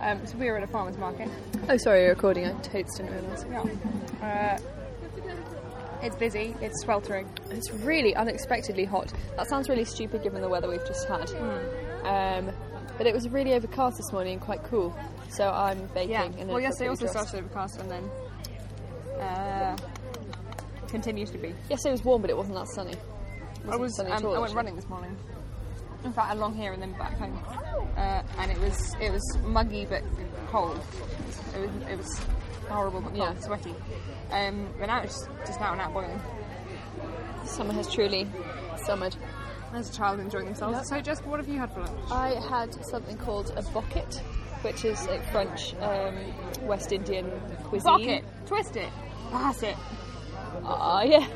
Um, so we were at a farmer's market. Oh, sorry, you're recording. I totally didn't realise. Yeah. Uh, it's busy. It's sweltering. It's really unexpectedly hot. That sounds really stupid given the weather we've just had. Hmm. Um, but it was really overcast this morning and quite cool. So I'm baking. And Well, it's yesterday really also gross. started overcast and then uh, continues to be. Yesterday was warm, but it wasn't that sunny. It I wasn't was sunny at um, all, I went actually. running this morning. In fact, along here and then back home, uh, and it was it was muggy but cold. It was it was horrible but cold, Yeah. sweaty. Um, but now it's just out and out boiling. Summer has truly summered. There's a child enjoying themselves. So, Jess, what have you had for lunch? I had something called a bocket, which is like French um, West Indian cuisine. Fuck it, twist it, pass it. Ah, yeah.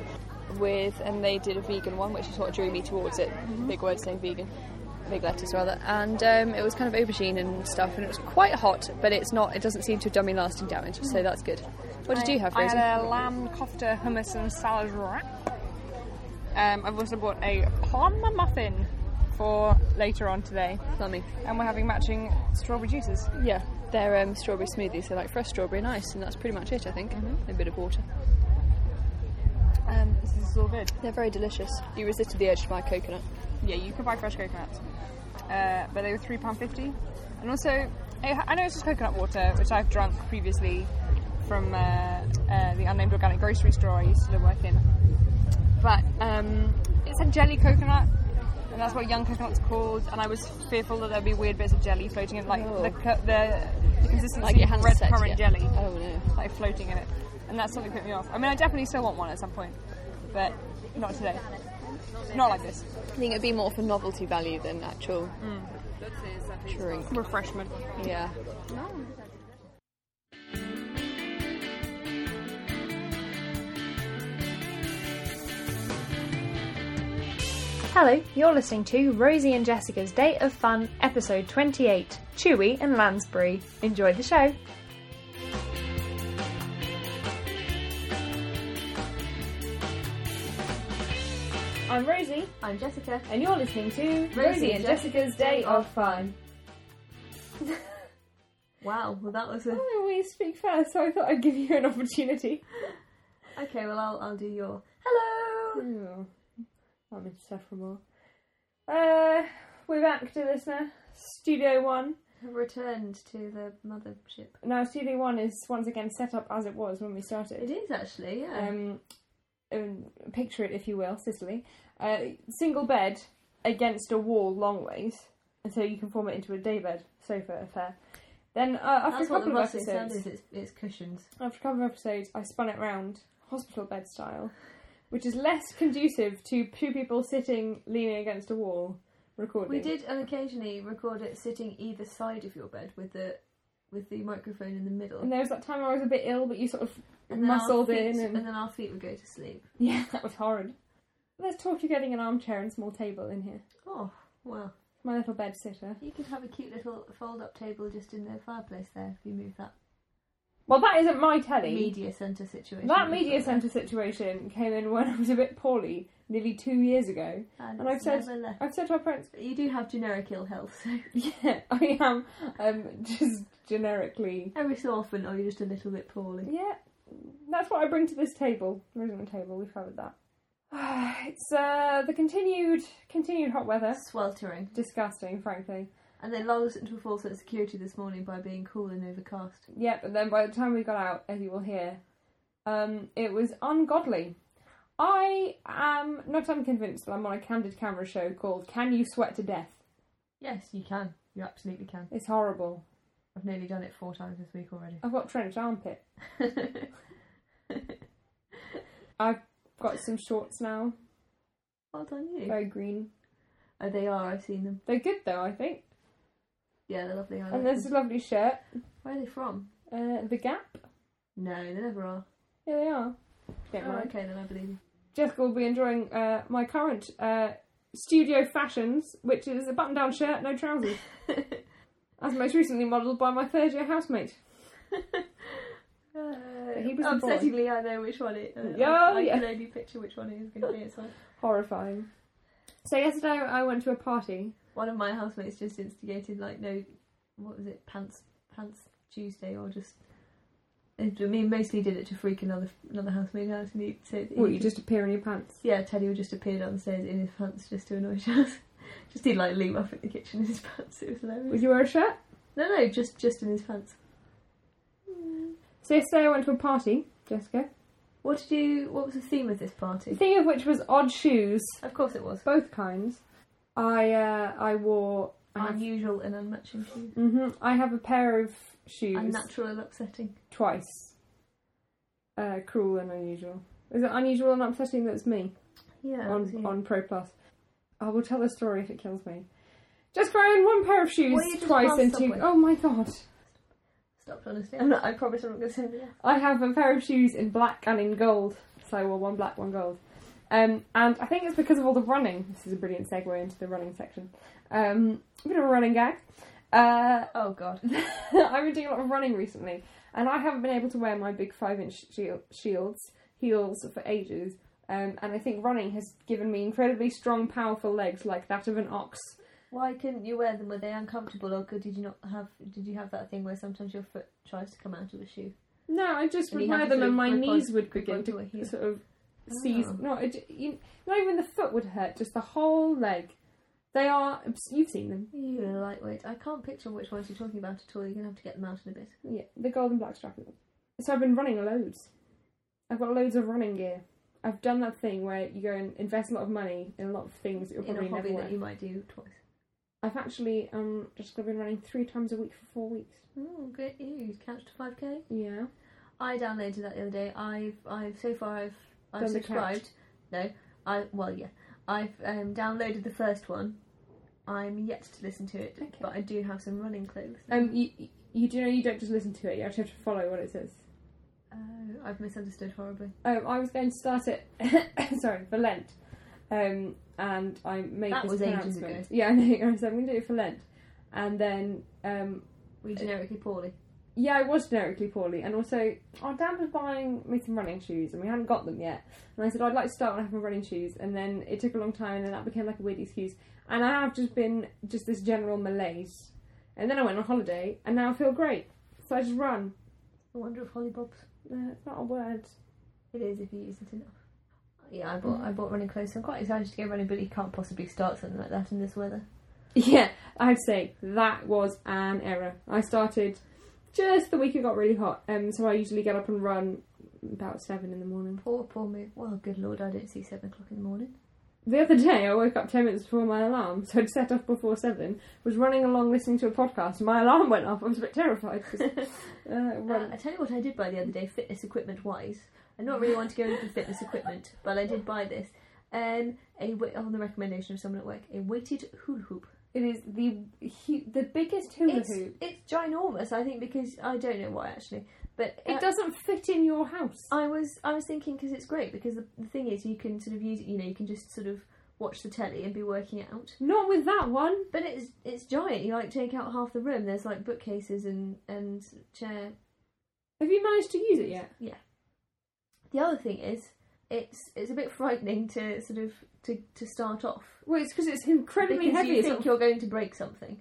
With and they did a vegan one, which is what drew me towards it. Mm-hmm. Big words saying vegan, big letters rather. And um, it was kind of aubergine and stuff, and it was quite hot, but it's not. It doesn't seem to have done me lasting damage, so that's good. What did you have, Mm. I Rosie? had a lamb kofta, hummus, and salad wrap. Um, I've also bought a plum muffin for later on today, Plummy. and we're having matching strawberry juices. Yeah, they're um, strawberry smoothies. They're like fresh strawberry and ice, and that's pretty much it, I think. Mm-hmm. A bit of water. Um, this is all good. They're very delicious. You resisted the urge to buy coconut. Yeah, you could buy fresh coconuts, uh, but they were three pound fifty. And also, I I know it's just coconut water, which I've drunk previously from uh, uh, the unnamed organic grocery store I used to work in. But um, it's a jelly coconut, and that's what young coconut's called. And I was fearful that there'd be weird bits of jelly floating in, like Oh. the, co- the the consistency Like your of hand red sex, currant yeah. jelly Oh no. like floating in it, and that's something that put me off. I mean, I definitely still want one at some point, but not today. Not like this. I think it'd be more for novelty value than actual Mm. drink. Refreshment. Yeah. Hello, you're listening to Rosie and Jessica's Day of Fun, episode 28 Chewy and Lansbury. Enjoy the show. I'm Rosie. I'm Jessica. And you're listening to Rosie and Jessica's Day of Fun. Wow, well that was a I always speak first, so I thought I'd give you an opportunity. Okay, well I'll I'll do your Hello Oh, I'm insufferable. Uh, we're back to listener, Studio One. I've returned to the mothership. Now, Studio One is once again set up as it was when we started. It is actually, yeah. Um, um, picture it, if you will, Sicily. Uh, single bed against a wall, long ways, and so you can form it into a daybed sofa affair. Then uh, after a That's what the couple of rustic sound episodes, is, it's, it's cushions. after a couple of episodes, I spun it round, hospital bed style, which is less conducive to two people sitting leaning against a wall recording. We did and occasionally record it sitting either side of your bed with the with the microphone in the middle. And there was that time I was a bit ill, but you sort of then our muscled feet- in, and, and then our feet would go to sleep. yeah, that was horrid. There's talk of getting an armchair and small table in here. Oh, well. My little bed sitter. You could have a cute little fold up table just in the fireplace there if you move that Well, that isn't my telly. media centre situation. That media centre situation came in when I was a bit poorly, nearly two years ago. And, And I've it's said- never left. I've said to my parents, You do have generic ill health, so yeah, I am um, just generically. every so often, or you're just a little bit poorly. Yeah, that's what I bring to this table. There isn't a table, we've covered that. It's uh, the continued continued hot weather. Sweltering. Disgusting, frankly. And they lulled us into a false sense of security this morning by being cool and overcast. Yep, and then by the time we got out, as you will hear, um, it was ungodly. I am not unconvinced that I'm on a candid camera show called Can You Sweat to Death? Yes, you can. You absolutely can. It's horrible. I've nearly done it four times this week already. I've got trench armpit. I've got some shorts now, well done, you. very green. Oh, they are. I've seen them. They're good though, I think. Yeah, they're lovely. I like Mm. And there's a them. lovely shirt. Where are they from? Uh, the Gap? No, they never are. Yeah, they are. Don't Oh, mind. okay, then I believe you. Jessica will be enjoying uh, my current uh, studio fashions, which is a button down shirt, no trousers. As most recently modelled by my third year housemate. Uh, He was the boy. upsettingly, I know which one it. Uh, Yeah, I, I yeah. can only picture which one it is going to be. It's like Horrifying. So yesterday I went to a party. one of my housemates just instigated, like, no, what was it, pants, Pants Tuesday or just. I mean, mostly did it to freak another another housemate out. And he'd say, What, you just appear in your pants? Yeah, Teddy would just appear downstairs in his pants just to annoy Charles. just he'd like leave off in the kitchen in his pants. It was hilarious. Would you wear a shirt? No, no, just just in his pants. So yesterday I went to a party, Jessica. What did you? What was the theme of this The party? thing of which was odd shoes, Of course, it was both kinds. I uh, I wore. I have, unusual and unmatching shoes. Mhm. I have a pair of shoes Unnatural and upsetting. twice. Uh, cruel and unusual. Is it unusual and upsetting that's me Yeah. on on Pro Plus? I will tell the story if it kills me. Just wearing one pair of shoes Well, you just twice passed and two Subway. oh my god. Stopped honestly. I'm not. I promise I'm not going to say anything. else. I have a pair of shoes in black and in gold. So I wore one black, one gold. Um, and I think it's because of all the running. This is a brilliant segue into the running section. Um, a bit of a running gag. Uh, Oh God. I've been doing a lot of running recently, and I haven't been able to wear my big five-inch shield, shields heels for ages. Um, and I think running has given me incredibly strong, powerful legs, like that of an ox. Why couldn't you wear them? Were they uncomfortable, or could, did you not have? Did you have that thing where sometimes your foot tries to come out of a shoe? No, I just And would you had wear to them, and sort of my grip on- knees would grip begin onto to a heel. sort of seize. Oh. No, it, you, not even the foot would hurt; just the whole leg. They are. obs- You've seen them. You are lightweight. I can't picture which ones you're talking about at all. You're going to have to get them out in a bit. Yeah, the golden black strap. So I've been running loads. I've got loads of running gear. I've done that thing where you go and invest a lot of money in a lot of things that you'll In probably a hobby never wear. that you might do twice. I've actually um just been running three times a week for four weeks. Oh, great news! Couch to five k. Yeah. I downloaded that the other day. I've I've so far I've I've Done the subscribed. No, I well yeah. I've um, downloaded the first one. I'm yet to listen to it, Okay. but I do have some running clothes. Um, you you- you do know you don't just listen to it; you actually have to follow what it says. Oh, I've misunderstood horribly. Um, I was going to start it. sorry for Lent, um, and I made That this was ages pronouncement. ago. Yeah, I know. So I'm going to do it for Lent, and then um, We generically poorly. yeah, I was generically poorly, and also our dad was buying me some running shoes, and we hadn't got them yet. And I said I'd like to start when I have my running shoes, and then it took a long time, and then that became like a weird excuse. And I have just been just this general malaise, and then I went on holiday, and now I feel great. So I just run. I wonder if Holly Bob's. Uh, it's not a word. It is if you use it enough. Yeah, I bought I bought running clothes. So I'm quite excited to go running, but you can't possibly start something like that in this weather. Yeah, I'd say that was an error. I started just the week it got really hot, um, so I usually get up and run about seven in the morning. Poor poor me. Well, good lord, I don't see seven o'clock in the morning. The other day, I woke up ten minutes before my alarm, so I'd set off before seven. Was running along listening to a podcast, and my alarm went off. I was a bit terrified. 'cause, uh, Uh, run. I tell you what I did buy the other day, fitness equipment wise. I don't really want to go into fitness equipment, but I did buy this. Um, a wa- on the recommendation of someone at work, a weighted hula hoop. It is the hu- the biggest hula It's, hoop. it's ginormous, I think, because I don't know why actually, but uh, It doesn't fit in your house. I was I was thinking because it's great because the, the thing is you can sort of use it. You know, you can just sort of watch the telly and be working out. Not with that one. But it's it's giant. You like take out half the room. There's like bookcases and and chair Have you managed to use it yet? Yeah. The other thing is, it's it's a bit frightening to sort of to, to start off Well, it's because it's incredibly because heavy. you It's think sort you're going to break something,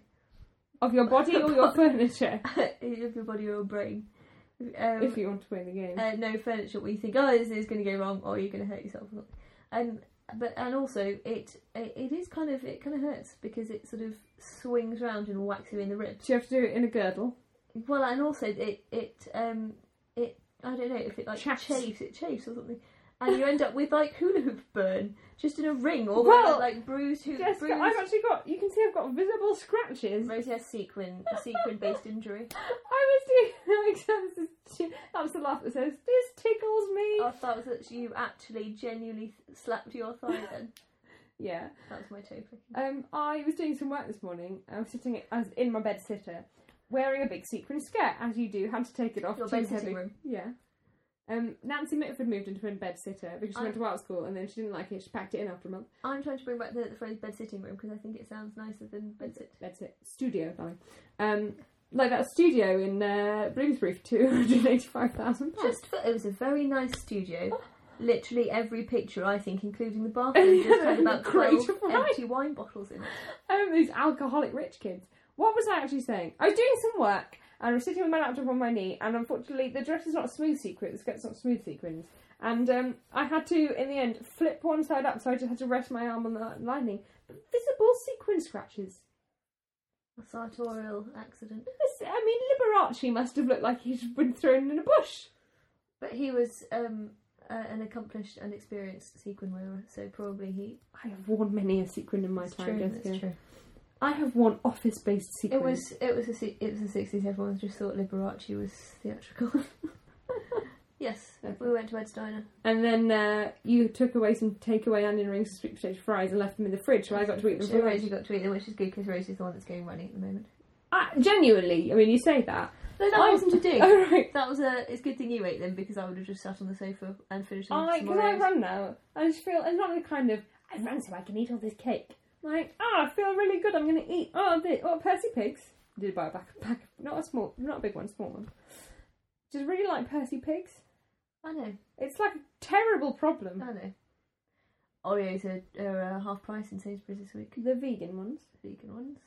of your body or your furniture, if your body or your brain. Um, if you want to win the game. uh, no furniture, where you think, oh, this is going to go wrong, or you're going to hurt yourself. or something. And but and also it, it it is kind of it kind of hurts because it sort of swings round and whacks you in the ribs. Do you have to do it in a girdle? Well, and also it it um it I don't know if it like Chaps. chafes, it chafes or something, and you end up with like hula hoop burn just in a ring or Well, like bruised hula Yes, bruised. I've actually got. You can see I've got visible scratches. Rosie has sequin a sequin based injury. I was doing like this. Is, that was the laugh that says this tickles me. I thought that you actually genuinely slapped your thigh then. Yeah. That was my toe flicking. Um, I was doing some work this morning. I was sitting as in my bed sitter, wearing a big sequin skirt as you do. Had to take it off. Your too bed heavy. sitting room. Yeah. Um, Nancy Mitford moved into a bed sitter because she I- went to art school and then she didn't like it. She packed it in after a month. I'm trying to bring back the, the phrase bed sitting room because I think it sounds nicer than bed sit. That's it. Studio, darling. Um, like that studio in uh, Bloomsbury for two hundred eighty-five thousand pounds. Just for it was a very nice Oh. studio. Literally every picture I think, including the bathroom, just had about Great twelve right. empty wine bottles in it. um, these alcoholic rich kids. What was I actually saying? I was doing some work And I'm sitting with my laptop on my knee, and unfortunately, the dress is not smooth sequin. The skirt's not smooth sequins. And um, I had to, in the end, flip one side up, so I just had to rest my arm on the lining. But visible sequin scratches. A sartorial accident. This, I mean, Liberace must have looked like he'd been thrown in a bush. But he was um, uh, an accomplished and experienced sequin wearer, so probably he. I have worn many a sequin in my It's time, true. It's Jessica. true. I have worn office-based It sequins. was. It was. A, se- it was the sixties. Everyone just thought Liberace was theatrical. yes, we went to Ed's diner. And then uh, you took away some takeaway onion rings and sweet potato fries and left them in the fridge, so I got to eat them So for lunch. Rosie got to eat them, which is good because Rosie's the one that's going running at the moment. Ah, genuinely, I mean, you say that. No, that Oh. wasn't to do. Oh, right. That was a. It's a good thing you ate them because I would have just sat on the sofa and finished. them I, because I tomorrow's. run now, I just feel, it's not the kind of, I run so I can eat all this cake. Like, ah, I feel really good, I'm going to eat. Oh, the, oh, Percy Pigs. I did buy a pack, pack of- not a small, not a big one, small one. Just really like Percy Pigs. I know. It's like a terrible problem. I know. Oreos are, are uh, half price in Sainsbury's this week. The vegan ones. Vegan ones.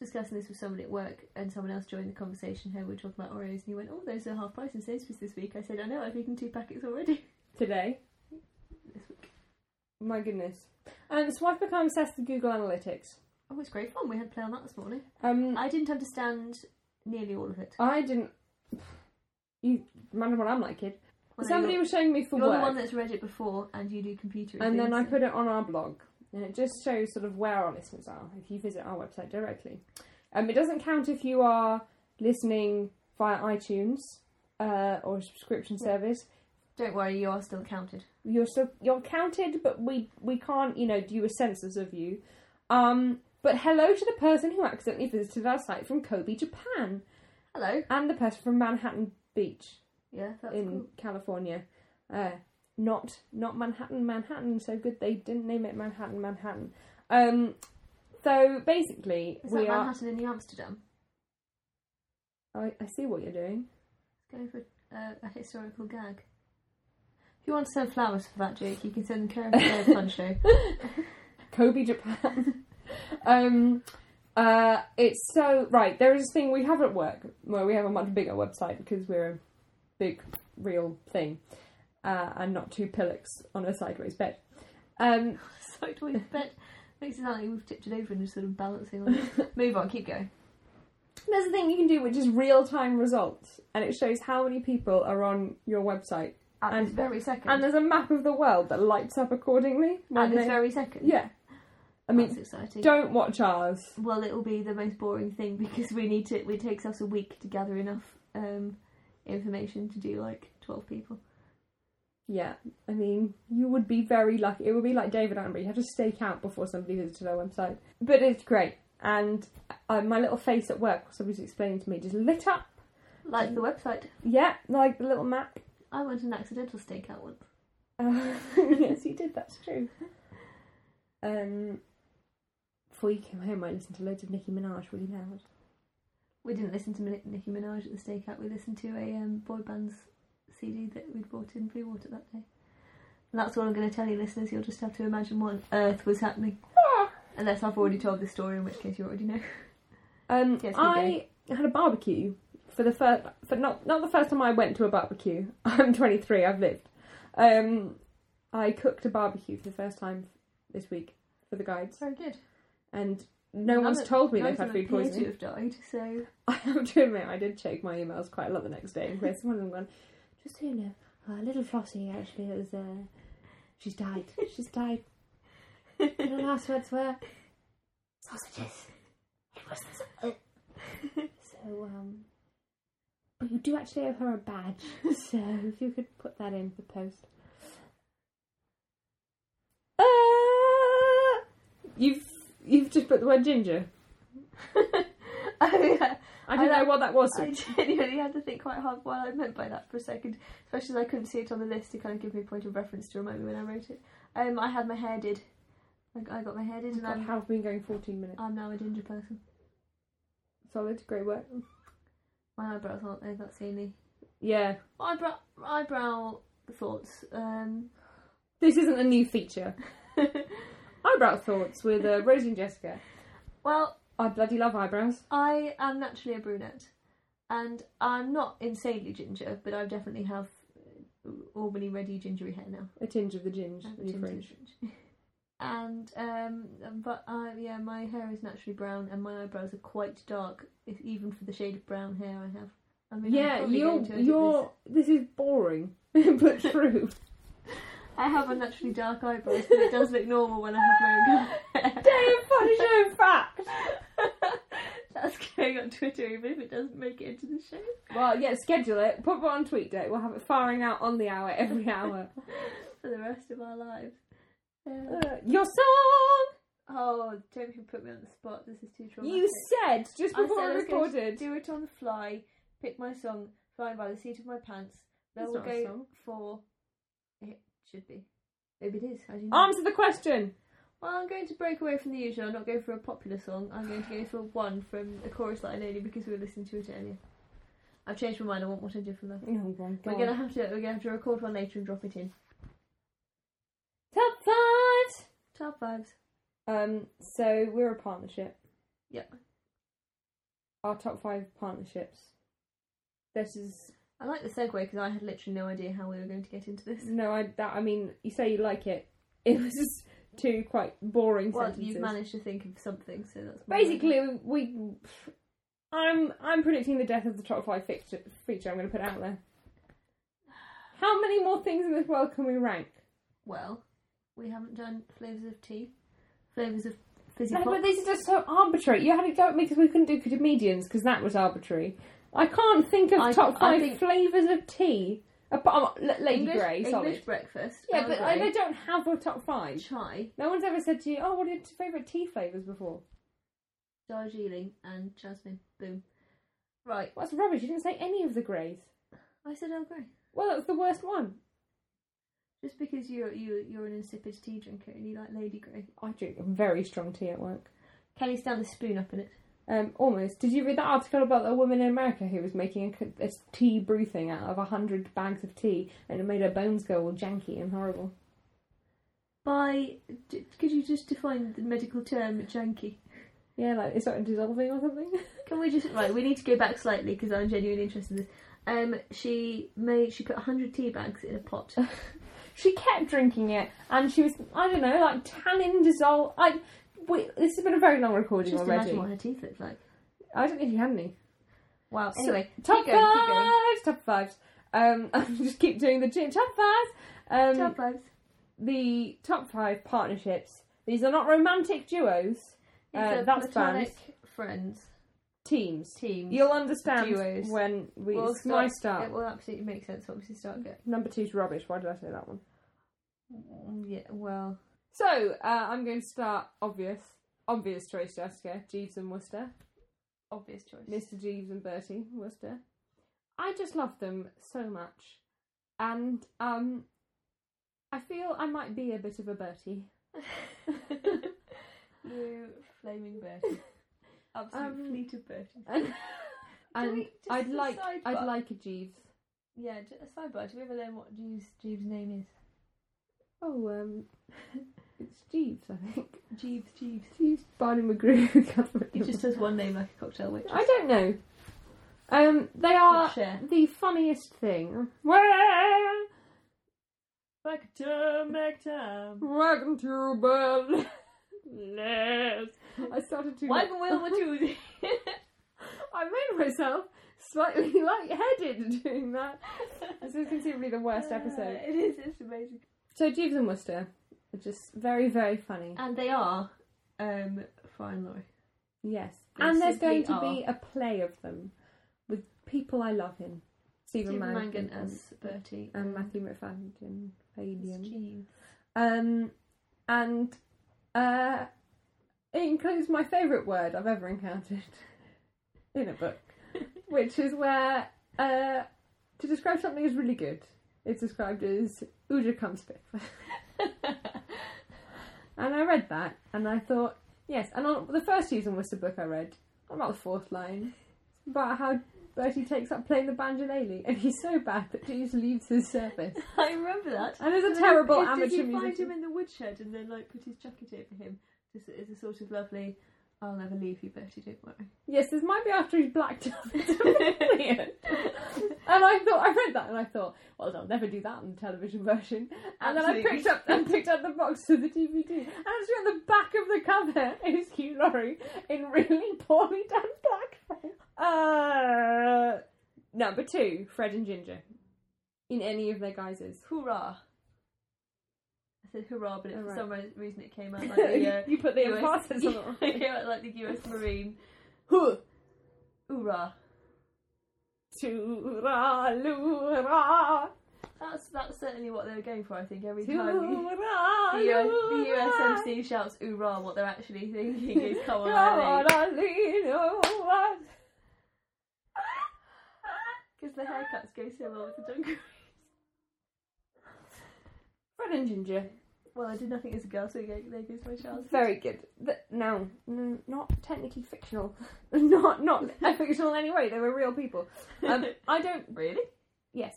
Discussing this with someone at work, and someone else joined the conversation. How we were talking about Oreos, and he went, "Oh, those are half price in Sainsbury's this week." I said, "I know. I've eaten two packets already Today. this week." My goodness. And so I've become obsessed with Google Analytics. Oh, it's great fun. We had play on that this morning. Um, I didn't understand nearly all of it. I didn't. You remember what I'm like, kid? Well, no, Somebody you're, was showing me for you're the work, one that's read it before, and you do computer. and then I put it on our blog, and it just shows sort of where our listeners are if you visit our website directly. Um, it doesn't count if you are listening via iTunes uh, or a subscription service. Don't worry, you are still counted. You're still you're counted, but we we can't you know do a census of you. Um, but hello to the person who accidentally visited our site from Kobe, Japan, Hello. and the person from Manhattan Beach. Yeah, that's in cool. California. Uh, not not Manhattan, Manhattan. So good they didn't name it Manhattan, Manhattan. Um, so basically, Is that we are. Manhattan in New Amsterdam? I, I see what you're doing. Going for uh, a historical gag. If you want to send flowers for that, Jake, you can send Karen a fun show. Kobe, Japan. um, uh, it's so right. There is this thing we have at work where we have a Mm. much bigger website because we're a big, real thing, uh, and not two pillocks on a sideways bed. Um, Sideways bet makes it sound like we've tipped it over and just sort of balancing on it. Move on, keep going. There's a thing you can do which is real time results, and it shows how many people are on your website. At And- this very second. And there's a map of the world that lights up accordingly. when At this they- very second. yeah. I That's mean, exciting. don't watch ours. Well, it'll be the most boring thing because we need to. It takes us a week to gather enough um, information to do like twelve people. Yeah, I mean, you would be very lucky. It would be like David Attenborough. You have to stake out before somebody visited our website. But it's great. And uh, my little face at work, somebody was explaining to me, just lit up. Mm. Like the website, Yeah, like the little map. I went an accidental stakeout once. Uh, yes, you did. That's true. Um, before you came home, I listened to loads of Nicki Minaj really loud. We didn't listen to Min- Nicki Minaj at the stakeout. We listened to a um, boy band's CD that we'd bought in Blue Water that day. And that's all I'm going to tell you, listeners. You'll just have to imagine what on earth was happening. Unless I've already told this story, in which case you already know. Um, Yes, you I had a barbecue for the first, for not not the first time I went to a barbecue. I'm 23. I've lived. Um, I cooked a barbecue for the first time this week for the guides, Very good. and no None one's of- told me none they've of had them food appear poisoning. To have died, so I have to admit, I did check my emails quite a lot the next day, and Chris, one of them gone, just so you know, uh, little Flossie actually was, uh, she's died. She's died. And her last words were, sausages. It was so. So, um, but you do actually owe her a badge, so if you could put that in the post. Uh, you've you've just put the word ginger. oh yeah. I don't I- know what that was. I genuinely had to think quite hard what I meant by that for a second, especially as I couldn't see it on the list to kind of give me a point of reference to remind me when I wrote it. Um, I had my hair did. I, I got my hair did, and God, I'm, how have we been going 14 minutes? I'm now a ginger person. Solid, great work. My eyebrows aren't there, that's the only. Yeah, Eyebrow, eyebrow thoughts. Um, this isn't a new feature. Eyebrow thoughts with uh, Rosie and Jessica. well, I bloody love eyebrows. I am naturally a brunette, And I'm not insanely ginger, but I definitely have uh, Albany ready gingery hair now. A tinge of the ginge, I have a the tinge of fringe. ginger. And um, but I yeah, my hair is naturally brown, and my eyebrows are quite dark, if, even for the shade of brown hair I have. I mean, I'm Yeah, probably you're going to edit you're. This is boring, but true. this. I have unnaturally dark eyebrows, but it does look normal when I have my own hair. Punishing fact. That's going on Twitter, even if it doesn't make it into the show. Well, yeah, schedule it. Put it on tweet date. We'll have it firing out on the hour every hour. for the rest of our lives. Uh, Uh, your song. oh, don't you put me on the spot. This is too traumatic. You said just I before said I we was going to recorded. Do it on the fly. Pick my song. Fly by the seat of my pants. There That's will not a go song. for. It should be. Maybe it is. How do you know? Answer the question. well, I'm going to break away from the usual. I'm not going for a popular song. I'm going to go for one from a chorus line only because we were listening to it earlier. I've changed my mind. I want what I did from that. Oh my We're gonna have to. We're gonna have to record one later and drop it in. Top five. Top vibes. Um. So we're a partnership. Yep. Our top five partnerships. This is I like the segue because I had literally no idea how we were going to get into this. no. I that. I mean, you say you like it. It was just two quite boring Well, sentences. you've managed to think of something, so that's more Basically, we. I'm I'm predicting the death of the top five feature. feature I'm going to put out there. How many more things in this world can we rank? well, we haven't done flavors of tea, flavors of fizzy No, pop. but these are just so arbitrary. You had to go at me because we couldn't do comedians because that was arbitrary. I can't think of I- top I five think- flavours of tea. Apart, um, L- Lady English, Grey, English solid. breakfast. Yeah, Earl but I, Grey, they don't have a top five. chai, No one's ever said to you, "Oh, what are your favourite tea flavours?" Before Darjeeling, and jasmine. Boom. Right, well, that's rubbish. You didn't say any of the greys. I said Earl Grey. Well, that's the worst one. Just because you're you you're an insipid tea drinker and you like Lady Grey, I drink very strong tea at work. can you stand the spoon up in it? Um, almost. Did you read that article about that woman in America who was making a, c- a tea brew thing out of a hundred bags of tea and it made her bones go all janky and horrible? By d- could you just define the medical term janky? Yeah, like it started dissolving or something. Can we just right? We need to go back slightly because I'm genuinely interested in this. Um, she made she put hundred tea bags in a pot. she kept drinking it, and she was I don't know, like tannin dissolve. Like we, this has been a very long recording just already. imagine what her teeth looked like. I don't think she had any. Wow. So, Anyway, top keep going, keep going. fives, top fives. Um, I just keep doing the two- top fives. Um, Top vibes. The top five partnerships. These are not romantic duos. It's Uh, a that's platonic bands. friends Teams. team. You'll understand Duos. when we We'll it's my It start. Mm. will absolutely make sense once we start getting. Number two's rubbish. Why did I say that one? Mm, Yeah. Well. So uh, I'm going to start obvious, obvious choice, Jessica. Jeeves and Worcester, Obvious choice. Mr. Jeeves and Bertie Worcester. I just love them so much, and um, I feel I might be a bit of a Bertie. you flaming Bertie. Absolute Um, fleet of Bertie. and Do and we- just I'd as a like, I'd sidebar? like a Jeeves. Yeah. j- a Sidebar. Do we ever learn what Jeeves Jeeves' name Oh, um, it's Jeeves, I think. is? Jeeves Jeeves. Jeeves Barney McGrew. Can't He remember. just says one name like a cocktail waitress. I don't know. Um, they are Share. the funniest thing. Back to back time. Welcome um, to Berlin. I started to. Wagon wheel Matuzi. I made myself slightly lightheaded doing that. This is considerably the worst episode. It is, it's amazing. So Jeeves and Worcester are just very, very funny. And they are um, fine, Laurie. Yes, They and there's simply going to be a play of them with people I love in Stephen, Stephen Mangan Mangan, as Bertie. and Matthew McFadden, Fabian. Jeeves. Um, and uh, it includes my favourite word I've ever encountered in a book, which is where uh, to describe something as really good, it's described as Ujakumspif. and I read that and I thought, yes, and on, the first season was the book I read, about the fourth line, about how Bertie takes up playing the banjolele and he's so bad that he just leaves his service. I remember that. And And there's a then terrible did amateur you find musician. him in the woodshed and then like put his jacket over him? This is a sort of lovely I'll never leave you, Bertie, don't worry. Yes, this might be after he's blacked out. It's brilliant. and I thought I read that and I thought, well, they'll never do that in the television version. And then I picked up and picked up the box of the DVD, and actually on the back of the cover is Hugh Laurie in really poorly done blackface. Uh, number two, Fred and Ginger, in any of their guises. Hoorah! I said hoorah, but it, for Alright. some re- reason it came out like the, uh, you put the US emphasis on it. it came out like the US Marine. Huh. Hoorah! Toora, loora, That's that's certainly what they were going for. I think every time you, toora, the, US, the loora. USMC shouts "Hoorah!" what they're actually thinking is "Come on, Come Irene." on, Alina, what? Because the haircuts go so well with the dungarees. Fred and Ginger. Well, I did nothing as a girl, so there there goes my chance. Very good. Th- no, n- not technically fictional. not not fictional in any way. They were real people. Um, I don't. Really? Yes.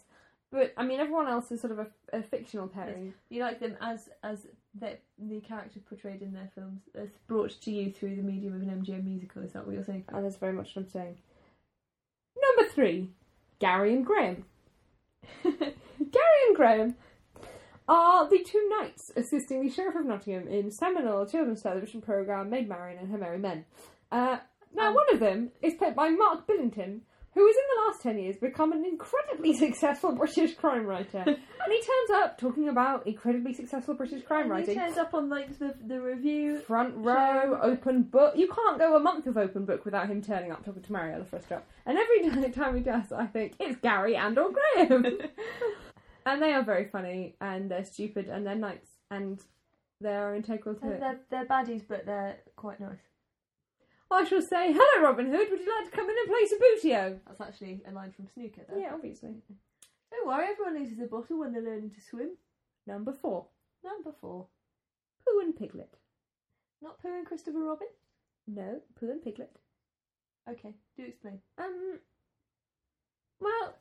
But, I mean, everyone else is sort of a, a fictional pairing. You like them as as the the characters portrayed in their films as brought to you through the medium of an MGM musical. Is that what you're saying? And that's very much what I'm saying. Number three Gary and Graham. Gary and Graham are the two knights assisting the Sheriff of Nottingham in seminal children's television programme Maid Marian and Her Merry Men. Uh, now, Um. one of them is played by Mark Billington, who has in the last 10 years become an incredibly successful British crime writer. and he turns up talking about incredibly successful British crime And writing. he turns up on like the the review. Front row, open book. You can't go a month of open book without him turning up talking to Mariella for a stop. And every ti- time he does, I think it's Gary and or Graham. and they are very funny, and they're stupid, and they're knights, and they are integral to And it. they're they're baddies, but they're quite nice. Oh, I shall say, "Hello, Robin Hood. Would you like to come in and play Sabutio?" That's actually a line from Snooker. There. Yeah, obviously. Don't worry, everyone loses a bottle when they're learning to swim. Number four, Number four. Pooh and Piglet. Not Pooh and Christopher Robin. No, Pooh and Piglet. Okay, do explain. Um. Well,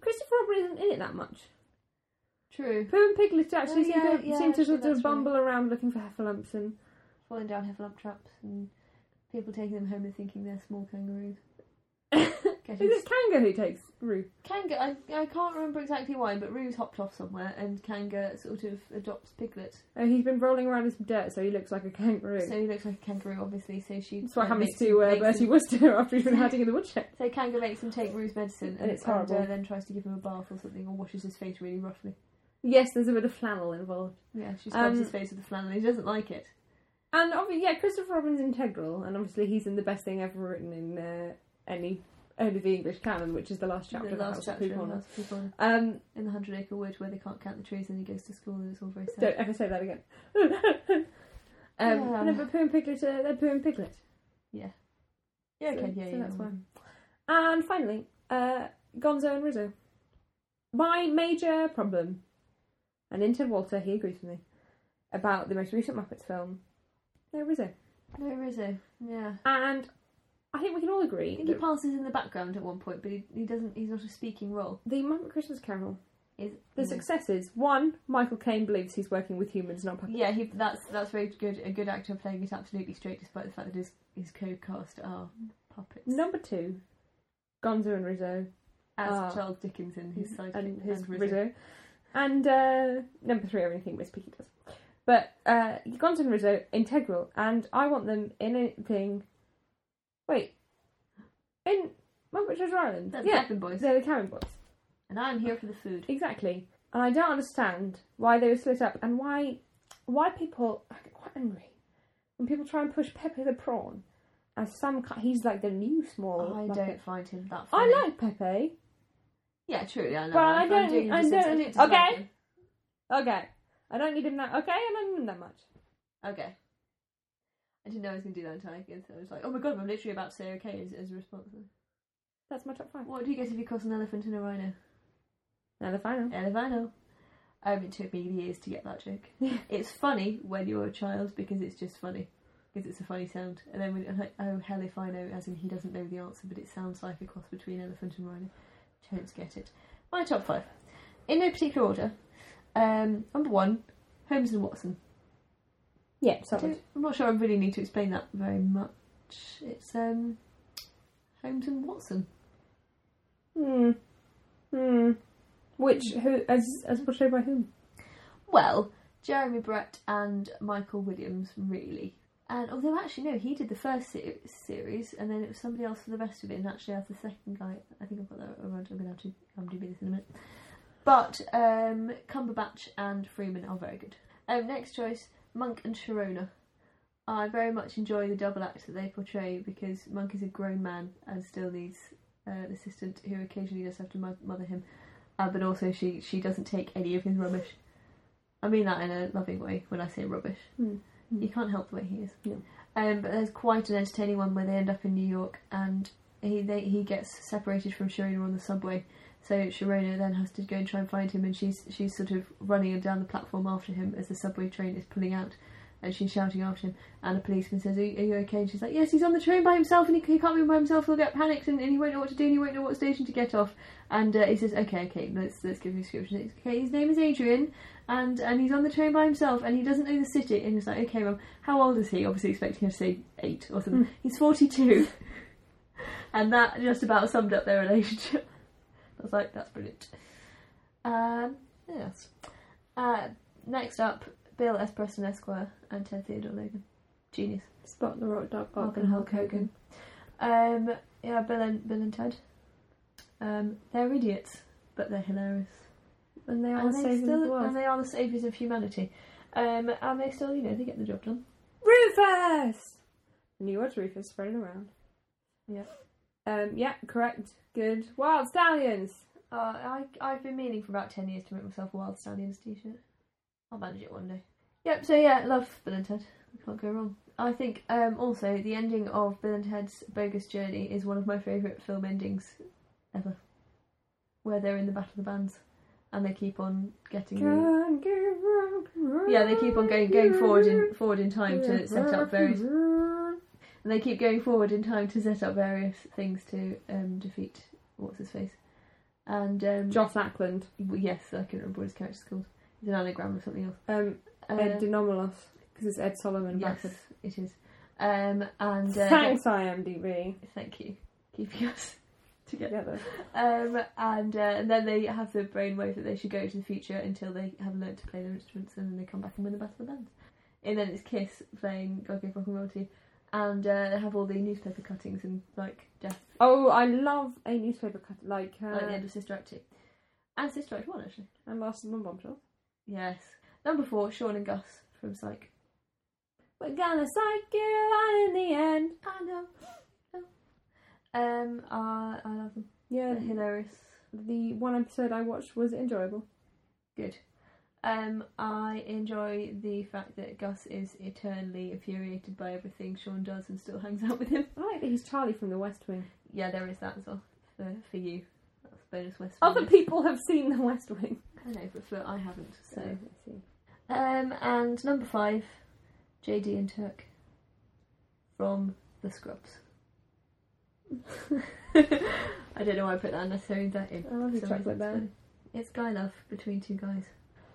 Christopher Robin isn't in it that much. True. Pooh and Piglet actually Oh, yeah, seem to, yeah, seem to actually, sort that's of right. bumble around looking for heffalumps and Falling down heffalump traps and people taking them home and thinking they're small kangaroos. Is it Kanga who takes Roo? Kanga, I, I can't remember exactly why, but Roo's hopped off somewhere and Kanga sort of adopts Piglet. Oh, he's been rolling around in some dirt, so he looks like a kangaroo. So he looks like a kangaroo, obviously, so she. That's what uh, happens makes him- to uh, makes Bertie him- Wooster after he's been hiding in the woodshed. So Kanga makes him take Roo's medicine And and, it's horrible. and, uh, then tries to give him a bath or something or washes his face really roughly. Yes, there's a bit of flannel involved. Yeah, she scrubs Um, his face with a flannel and he doesn't like it. And obviously, yeah, Christopher Robin's integral, and obviously he's in the best thing ever written in uh, any only the English canon, which is the last chapter the of the last House of chapter Pooh in the Corner. last Pooh Corner. Um, in the Hundred Acre Wood where they can't count the trees and he goes to school and it's all very sad. don't ever say that again. um, Yeah. No, but Pooh and Piglet, uh, they're Pooh and Piglet. yeah, So- okay, yeah, so yeah. that's yeah. fine. And finally, uh, Gonzo and Rizzo. My major problem, and in Ted Walter, he agrees with me, about the most recent Muppets film, no Rizzo. No Rizzo. Yeah. And I think we can all I agree think he that passes in the background at one point, but he, he doesn't. He's not a speaking role. the Muppet Christmas Carol, Is the yeah. success is one, Michael Caine believes he's working with humans, not puppets. Yeah, he, that's that's very good. A good actor playing it absolutely straight, despite the fact that his his co-cast are puppets. Number two, Gonzo and Rizzo, as ah. Charles Dickinson, his sidekick, and his and Rizzo. And uh, number three, I really think Miss Piggy does. But uh, Gonzo and Rizzo, integral, and I want them in a thing. Wait, in Muppet Treasure Island? That's yeah, Cabin Boys, they're the cabin boys. and I'm here for the food. Exactly. And I don't understand why they were split up and why why people I get quite angry when people try and push Pepe the prawn as some kind. He's like the new small. I Muppet. don't find him that. I funny. like Pepe. Yeah, truly, I know. But I'm- I I'm don't- doing him I justice. don't- dislike okay. him. Okay, I don't need him that. Okay, I don't need him that much. Okay. I didn't know I was going to do that until I guess I was like, oh my god, I'm literally about to say okay as, as a response. That's my top five. What do you get if you cross an elephant and a rhino? Now the final. Elevano. Um, it took me years to get that joke. it's funny when you're a child because it's just funny. Because it's a funny sound. And then when you're like, oh hell if I know, as in he doesn't know the answer, but it sounds like a cross between elephant and rhino. Don't get it. My top five. In no particular order. Um, number one, Holmes and Watson. Yeah, I sorry. don't- I'm not sure I really need to explain that very much. watch. It's um, Holmes and Watson. Hmm. Hmm. Which who as as portrayed by whom? Well, Jeremy Brett and Michael Williams, really. And although actually no, he did the first se- series, and then it was somebody else for the rest of it. And actually, as the second guy, I think I've got that around. I'm going to have to I'm do this in a minute. But um, Cumberbatch and Freeman are very good. Um, next choice, Monk and Sharona. I very much enjoy the double act that they portray because Monk is a grown man and still needs uh, an assistant who occasionally does have to mo- mother him, uh, but also she she doesn't take any of his rubbish. I mean that in a loving way when I say rubbish. Mm. You can't help the way he is. No. Um, but there's quite an entertaining one where they end up in New York and he they, he gets separated from Sharona on the subway. So Sharona then has to go and try and find him, and she's she's sort of running down the platform after him as the subway train is pulling out, and she's shouting after him. And a policeman says, "Are, you- are you okay?" And she's like, "Yes, he's on the train by himself, and he, he can't be by himself. He'll get panicked, and, and he won't know what to do, and he won't know what station to get off." And uh, he says, "Okay, okay, let's let's give him a description. Okay, his name is Adrian, and and he's on the train by himself, and he doesn't know the city." And he's like, "Okay, mum, how old is he?" Obviously expecting her to say eight or something. He's forty-two, and that just about summed up their relationship. I was like, "That's brilliant." Um, yes. Uh, next up, Bill S. Preston Esquire and Ted Theodore Logan, genius. Spot the Rock Dark Hulk Bark and Hulk Hogan. Um, yeah, Bill and Bill and Ted. Um, they're idiots, but they're hilarious. And they are and they saving the still, world. and they are the saviors of humanity. Um, and they still, you know, they get the job done. Rufus! I knew what Rufus spreading around. Yeah. Um, yeah, correct. Good. Wild Stallions! Uh, I I've been meaning for about ten years to make myself a Wild Stallions t-shirt. I'll manage it one day. Yep. So yeah, love Bill and Ted. We can't go wrong. I think um, also the ending of Bill and Ted's Bogus Journey is one of my favourite film endings ever, where they're in the Battle of the Bands, and they keep on getting. the- Can't get round, round, Yeah, they keep on going going forward in forward in time to round, set up various. round. And they keep going forward in time to set up various things to um, defeat what's his face. And um, Joss Ackland. w- yes, I can remember what his character's called. It's an anagram or something else. Um, Uh, Ed Denomalos. Because it's Ed Solomon yes, backwards. it is. Um, and uh, Thanks, IMDb. thank you, keeping us Together. together. Um, and, uh, and then they have the brainwave that they should go to the future until they have learnt to play their instruments, and then they come back and win the Battle of the Bands. And then it's Kiss playing God Gave Rock and Roll to You, and uh, they have all the newspaper cuttings and like death, Oh, I love a newspaper cut. Like, uh, like the end of Sister Act Two, and Sister Act One actually. and Last of the Bombshell. Yes, number four, Sean and Gus from Psych. We're gonna psych you out in the end. I know. Um, I I love them. Yeah, They're hilarious. the one episode I watched was enjoyable. Good. Um, I enjoy the fact that Gus is eternally infuriated by everything Sean does and still hangs out with him. I like that he's Charlie from The West Wing. Yeah, there is that as well for, for you. That's bonus West. Other Wing. people have seen The West Wing. I know, but for I haven't. So, So. let's see. Um, and number five, JD and Turk from The Scrubs. I don't know why I put that unnecessary that in. I love your So chocolate it's- bear. It's guy love between two guys.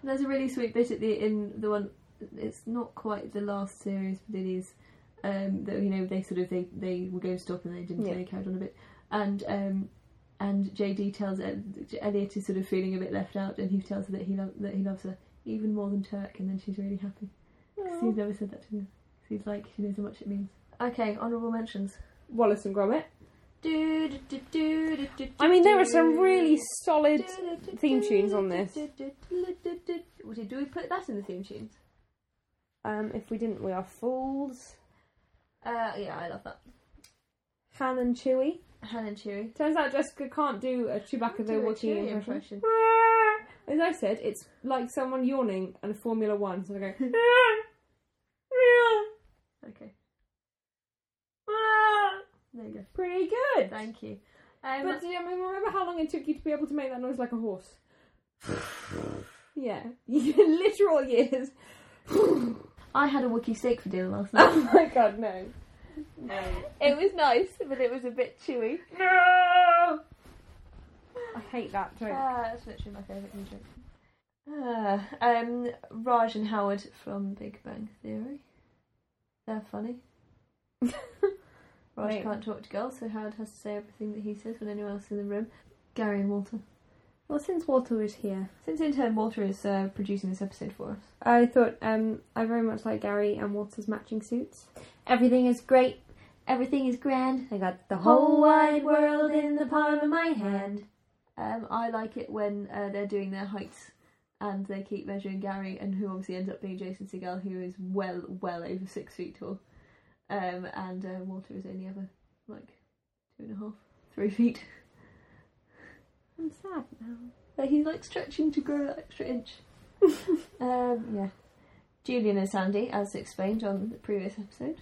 And there's a really sweet bit at the in the one. It's not quite the last series, but it is. Um, that you know they sort of they they were going to stop and they didn't. so Yeah. They carried on a bit, and um, and JD tells Ed- Elliot is sort of feeling a bit left out, and he tells her that he lo- that he loves her even more than Turk, and then she's really happy. 'Cause he's never said that to her. 'Cause He's like she knows how much it means. Okay, honourable mentions. Wallace and Gromit. I I mean, there are some really solid. theme tunes on this. What did- Do we put that in the theme tunes? Um, if we didn't, we are fools. Uh, yeah, I love that. Han and Chewie. Han and Chewie. Turns out Jessica can't do a Chewbacca the Do a Wookiee Chewie impression. impression. As I said, it's like someone yawning and a Formula One. So they go. Okay, Ah! there you go. Pretty good. Thank you. Um, But do you remember how long it took you to be able to make that noise like a horse? yeah, literal years. I had a Wookiee steak for dinner last night. Oh my god, no. No. it was nice, but it was a bit chewy. No! I hate that joke. Ah, that's literally my favourite new joke. Ah, um, Raj and Howard from Big Bang Theory. They're funny. Raj Right. can't talk to girls, so Howard has to say everything that he says when anyone else is in the room. Gary and Walter. Well, since Walter is here, Since intern Walter is uh, producing this episode for us. I thought um, I very much like Gary and Walter's matching suits. Everything is great. Everything is grand. I got the Whole wide world in the palm of my hand. Um, I like it when uh, they're doing their heights and they keep measuring Gary, and who obviously ends up being Jason Segel, who is well, well over six feet tall. Um, and uh, Walter is only ever like two and a half, three feet. I'm sad now. But he's like stretching to grow that extra inch. um, yeah. Julian and Sandy, as explained on the previous episode.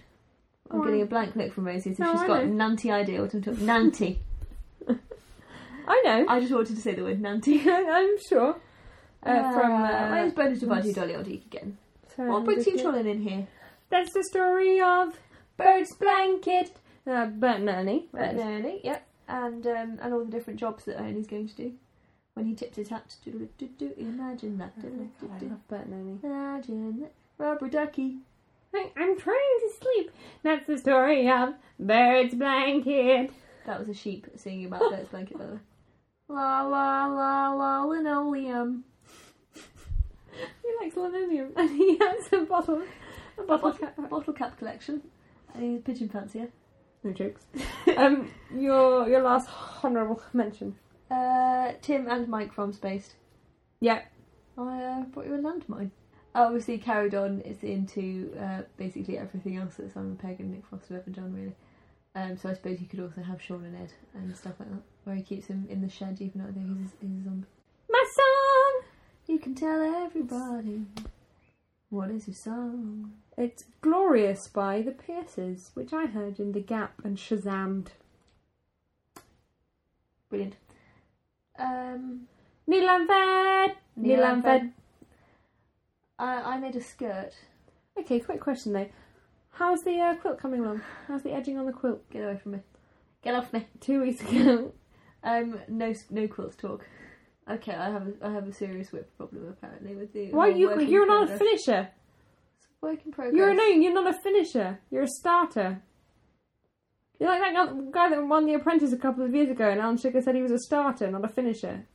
I'm Oh, getting I- a blank look from Rosie, so No, she's I got know. nanty idea what I'm talking. Nanty. I know. I just wanted to say the word nanty. I'm sure. Uh, from uh, where's Bernard to Buddy yes. Dolly Oddie again? sorry, What I'm brings just you look- trolling in here? That's the story of Bird's Blanket. Uh, Bert and Ernie. Right, Ernie, yep, and um, and all the different jobs that Ernie's going to do. When he tips his hat, do-do-do-do, imagine that, do-do-do-do, Bert and Ernie. imagine that. Rubber ducky. I, I'm trying to sleep. That's the story of Bird's Blanket. That was a sheep singing about Bert's blanket, by the way. La la la la linoleum. He likes linoleum and he has a bottle. A bottle Bottle, cap. bottle cap collection. And he's a pigeon fancier. No jokes. um, your your last honourable mention. Uh, Tim and Mike from Spaced. Yeah. I uh, brought you a landmine. Obviously, carried on is into uh, basically everything else that Simon Pegg and Nick Frost have ever done, really. Um, so I suppose you could also have Sean and Ed and stuff like that, where he keeps him in the shed even though he's, he's a zombie. My song. You can tell everybody what is your song. It's Glorious by The Pierces, which I heard in The Gap and Shazammed. Brilliant. Um, Neil and Fed! Neil and Fed. I, I made a skirt. Okay, quick question though. How's the uh, quilt coming along? How's the edging on the quilt? Get away from me. Get off me. Two weeks ago. Um, no, s- no quilts talk. Okay, I have a, I have a serious whip problem apparently with the. Why whole you? work in You're not a progress. finisher. Work in progress. You're no, you're not a finisher. You're a starter. You're like that guy- guy that won The Apprentice a couple of years ago, and Alan Sugar said he was a starter, not a finisher.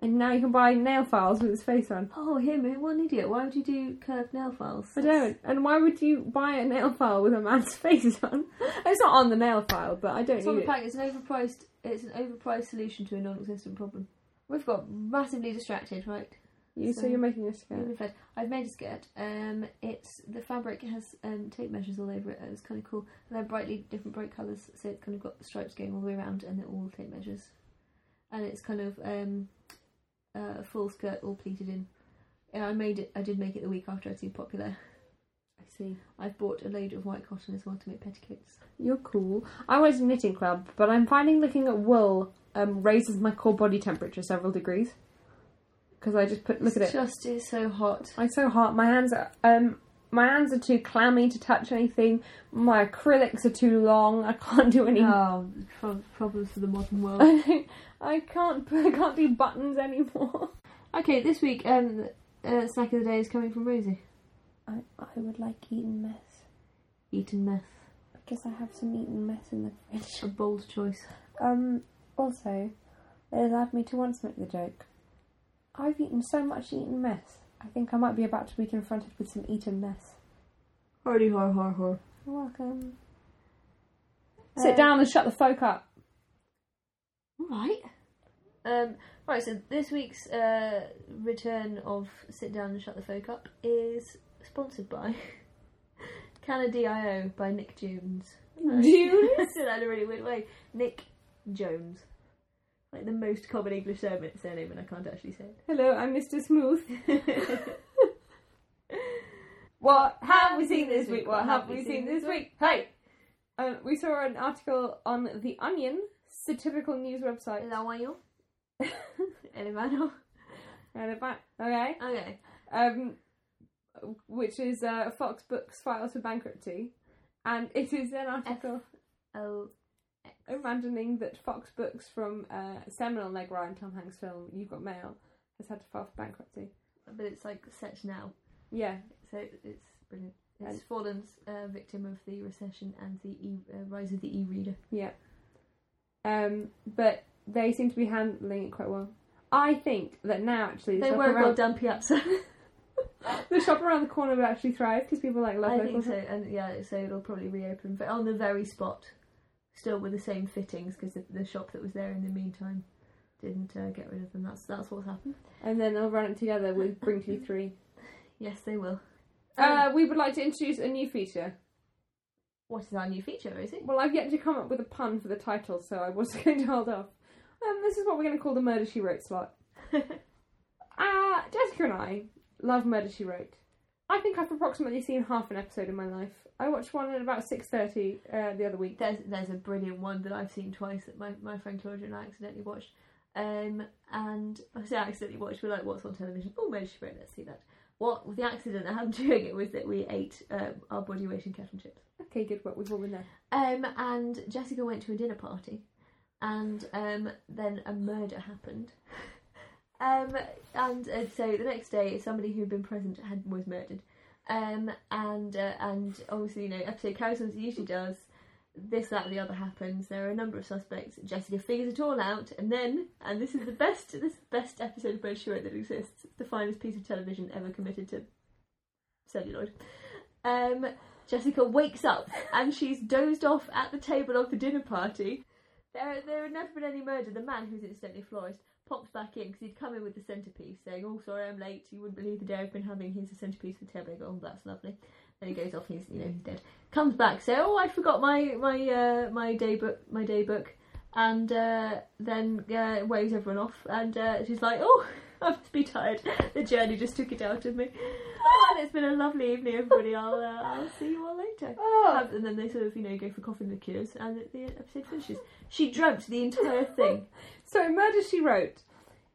And now you can buy nail files with his face on. Oh, him, eh, what an idiot. Why would you do curved nail files? I don't. And why would you buy a nail file with a man's face on? It's not on the nail file, but I don't It's on the need it. pack. It's an overpriced. It's an overpriced solution to a non-existent problem. We've got massively distracted, right? You, so so- you're making a skirt. Moving forward. I've made a skirt. Um, it's the fabric has um, tape measures all over it. It was kind of cool. And they're brightly different bright colours, so it's kind of got stripes going all the way around, and they're all tape measures. And it's kind of um, uh, a full skirt, all pleated in. And I made it. I did make it the week after I'd seen Popular. I see. I've bought a load of white cotton as well to make petticoats. You're cool. I went to knitting club, but I'm finding looking at wool um, raises my core body temperature several degrees. Because I just put look at it. It's Just it's so hot. I'm so hot. My hands are um my hands are too clammy to touch anything. My acrylics are too long. I can't do any. Oh, pro- problems for the modern world. I, I can't put- I can't do buttons anymore. okay, this week um, uh, snack of the day is coming from Rosie. I, I would like eaten mess. Eaten mess. I guess I have some eaten mess in the fridge. A bold choice. Um. Also, they allowed me to once make the joke. I've eaten so much eaten mess. I think I might be about to be confronted with some eaten mess. Hardy har har har. You're welcome. Uh, Sit down and shut the folk up. Right. Um, right, so this week's uh, return of Sit Down and Shut the Folk Up is sponsored by Canada.io by Nick Jones. June. I said that in a really weird way. Nick Jones. Like the most common English surname, surname and I can't actually say it. Hello, I'm Mr. Smooth. What have we seen this week? What have we seen this week? Hey! Um, we saw an article on The Onion, satirical news website. Lawyer. El hermano. Right about, okay. Okay. Um, which is uh, Fox Books Files for Bankruptcy. And it is an article Oh. imagining that Fox Books from uh, seminal Meg Ryan, Tom Hanks film, You've Got Mail, has had to file for bankruptcy. But it's like set now. Yeah, So it's brilliant. It's Fallen's uh, victim of the recession and the e- uh, rise of the e-reader. Yeah. Um, but they seem to be handling it quite well. I think that now actually the, They shop, were well around, done, Piazza. the shop around the corner will actually thrive because people like love I local think so, shops. and yeah, so it'll probably reopen, but on the very spot, still with the same fittings, because the, the shop that was there in the meantime didn't uh, get rid of them. That's that's what's happened. and then they'll run it together with Bring to You Three. Yes, they will. Uh, we would like to introduce a new feature. What is our new feature? Is it? Well, I've yet to come up with a pun for the title, so I was going to hold off. Um, this is what we're going to call the Murder She Wrote slot. uh, Jessica and I love Murder She Wrote. I think I've approximately seen half an episode in my life. I watched one at about six thirty uh, the other week. There's there's a brilliant one that I've seen twice that my, my friend Claudia and I accidentally watched. Um, and I say accidentally watched, we're like, what's on television? Oh, maybe she wrote, let's see that. What the accident that happened doing it was that we ate uh, our body weight in kettle chips. Okay, good work. We've all been there. Um, and Jessica went to a dinner party, and um, then a murder happened. um, and uh, so the next day, somebody who'd been present had was murdered. Um, and uh, and obviously, you know, episode carries on as it usually does. This, that, and the other happens. There are a number of suspects. Jessica figures it all out, and then, and this is the best, this is the best episode of Bird She Wrote that exists. It's the finest piece of television ever committed to celluloid. Um, Jessica wakes up and she's dozed off at the table of the dinner party. There, there had never been any murder. The man, who's incidentally a florist, pops back in because he'd come in with the centrepiece, saying, "Oh, sorry, I'm late. You wouldn't believe the day I've been having. Here's the centrepiece for the table." I go, "Oh, that's lovely." Then he goes off. He's, you know, he's dead. Comes back, say, "Oh, I forgot my my uh, my day book, my day book," and uh, then uh, waves everyone off. And uh, she's like, "Oh, I must be tired. The journey just took it out of me." and it's been a lovely evening, everybody. I'll uh, I'll see you all later. Have- and then they sort of, you know, go for coffee and liqueurs, and the episode finishes. She dreamt the entire thing. So, Murder She Wrote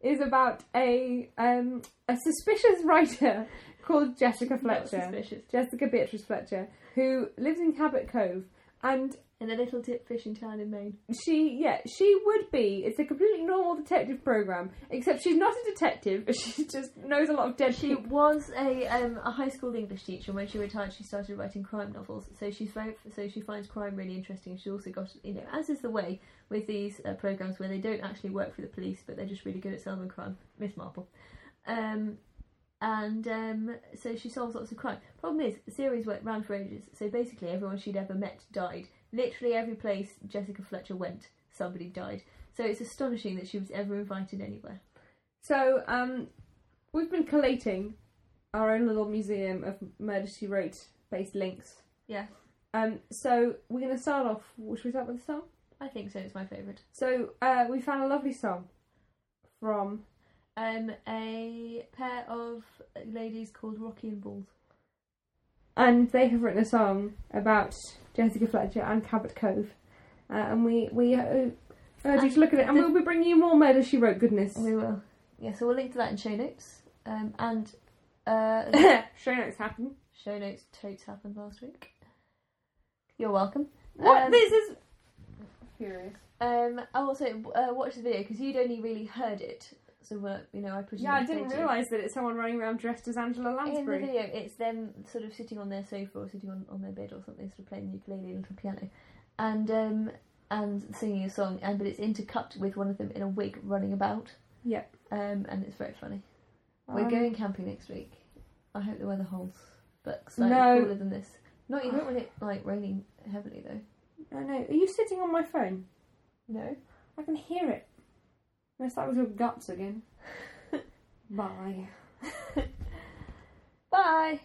is about a um, a suspicious writer called Jessica Not Fletcher, suspicious. Jessica Beatrice Fletcher, who lives in Cabot Cove, and In a little tip fishing town in Maine. She, yeah, she would be. It's a completely normal detective program, except she's not a detective. She just knows a lot of dead She people. was a um, a high school English teacher. and When she retired, she started writing crime novels. So she's very, so she finds crime really interesting. She also got you know, as is the way with these uh, programs where they don't actually work for the police, but they're just really good at solving crime. Miss Marple, um, and um, so she solves lots of crime. Problem is, the series went round for ages. So basically, everyone she'd ever met died. Literally every place Jessica Fletcher went, somebody died. So it's astonishing that she was ever invited anywhere. So, um, we've been collating our own little museum of Murder She Wrote based links. Yeah. Um, so we're going to start off. Should we start with a song? I think so. It's my favourite. So uh, we found a lovely song from um, a pair of ladies called Rocky and Balls. and they have written a song about Jessica Fletcher and Cabot Cove, uh, and we we uh, urge you to look at it, and we'll be bringing you more murder she wrote goodness. We will. Yeah, so we'll link to that in show notes. Um, and uh, show notes happen. show notes totes happened last week. You're welcome. What Um, this is furious. Um, I also uh, watch the video because you'd only really heard it, so uh, you know I presume. Yeah, I it's didn't dated. realise that it's someone running around dressed as Angela In the Lansbury. video, it's them sort of sitting on their sofa or sitting on, on their bed or something, sort of playing the ukulele and little piano, and um, and singing a song, and but it's intercut with one of them in a wig running about. Yep. Um, and it's very funny. Um, We're going camping next week. I hope the weather holds, but slightly No. cooler than this. Not you don't want it like raining heavily though. I know. Are you sitting on my phone? No. I can hear it. Unless that was your guts again. Bye. Bye.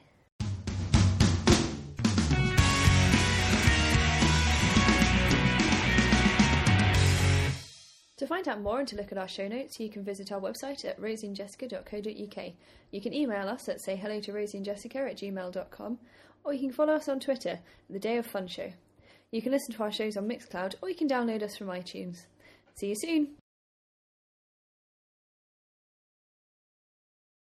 To find out more and to look at our show notes, you can visit our website at rosieandjessica.co.uk. You can email us at say hello to rosieandjessica at gmail.com, or you can follow us on Twitter at the Day of Fun Show. You can listen to our shows on Mixcloud, or you can download us from iTunes. See you soon!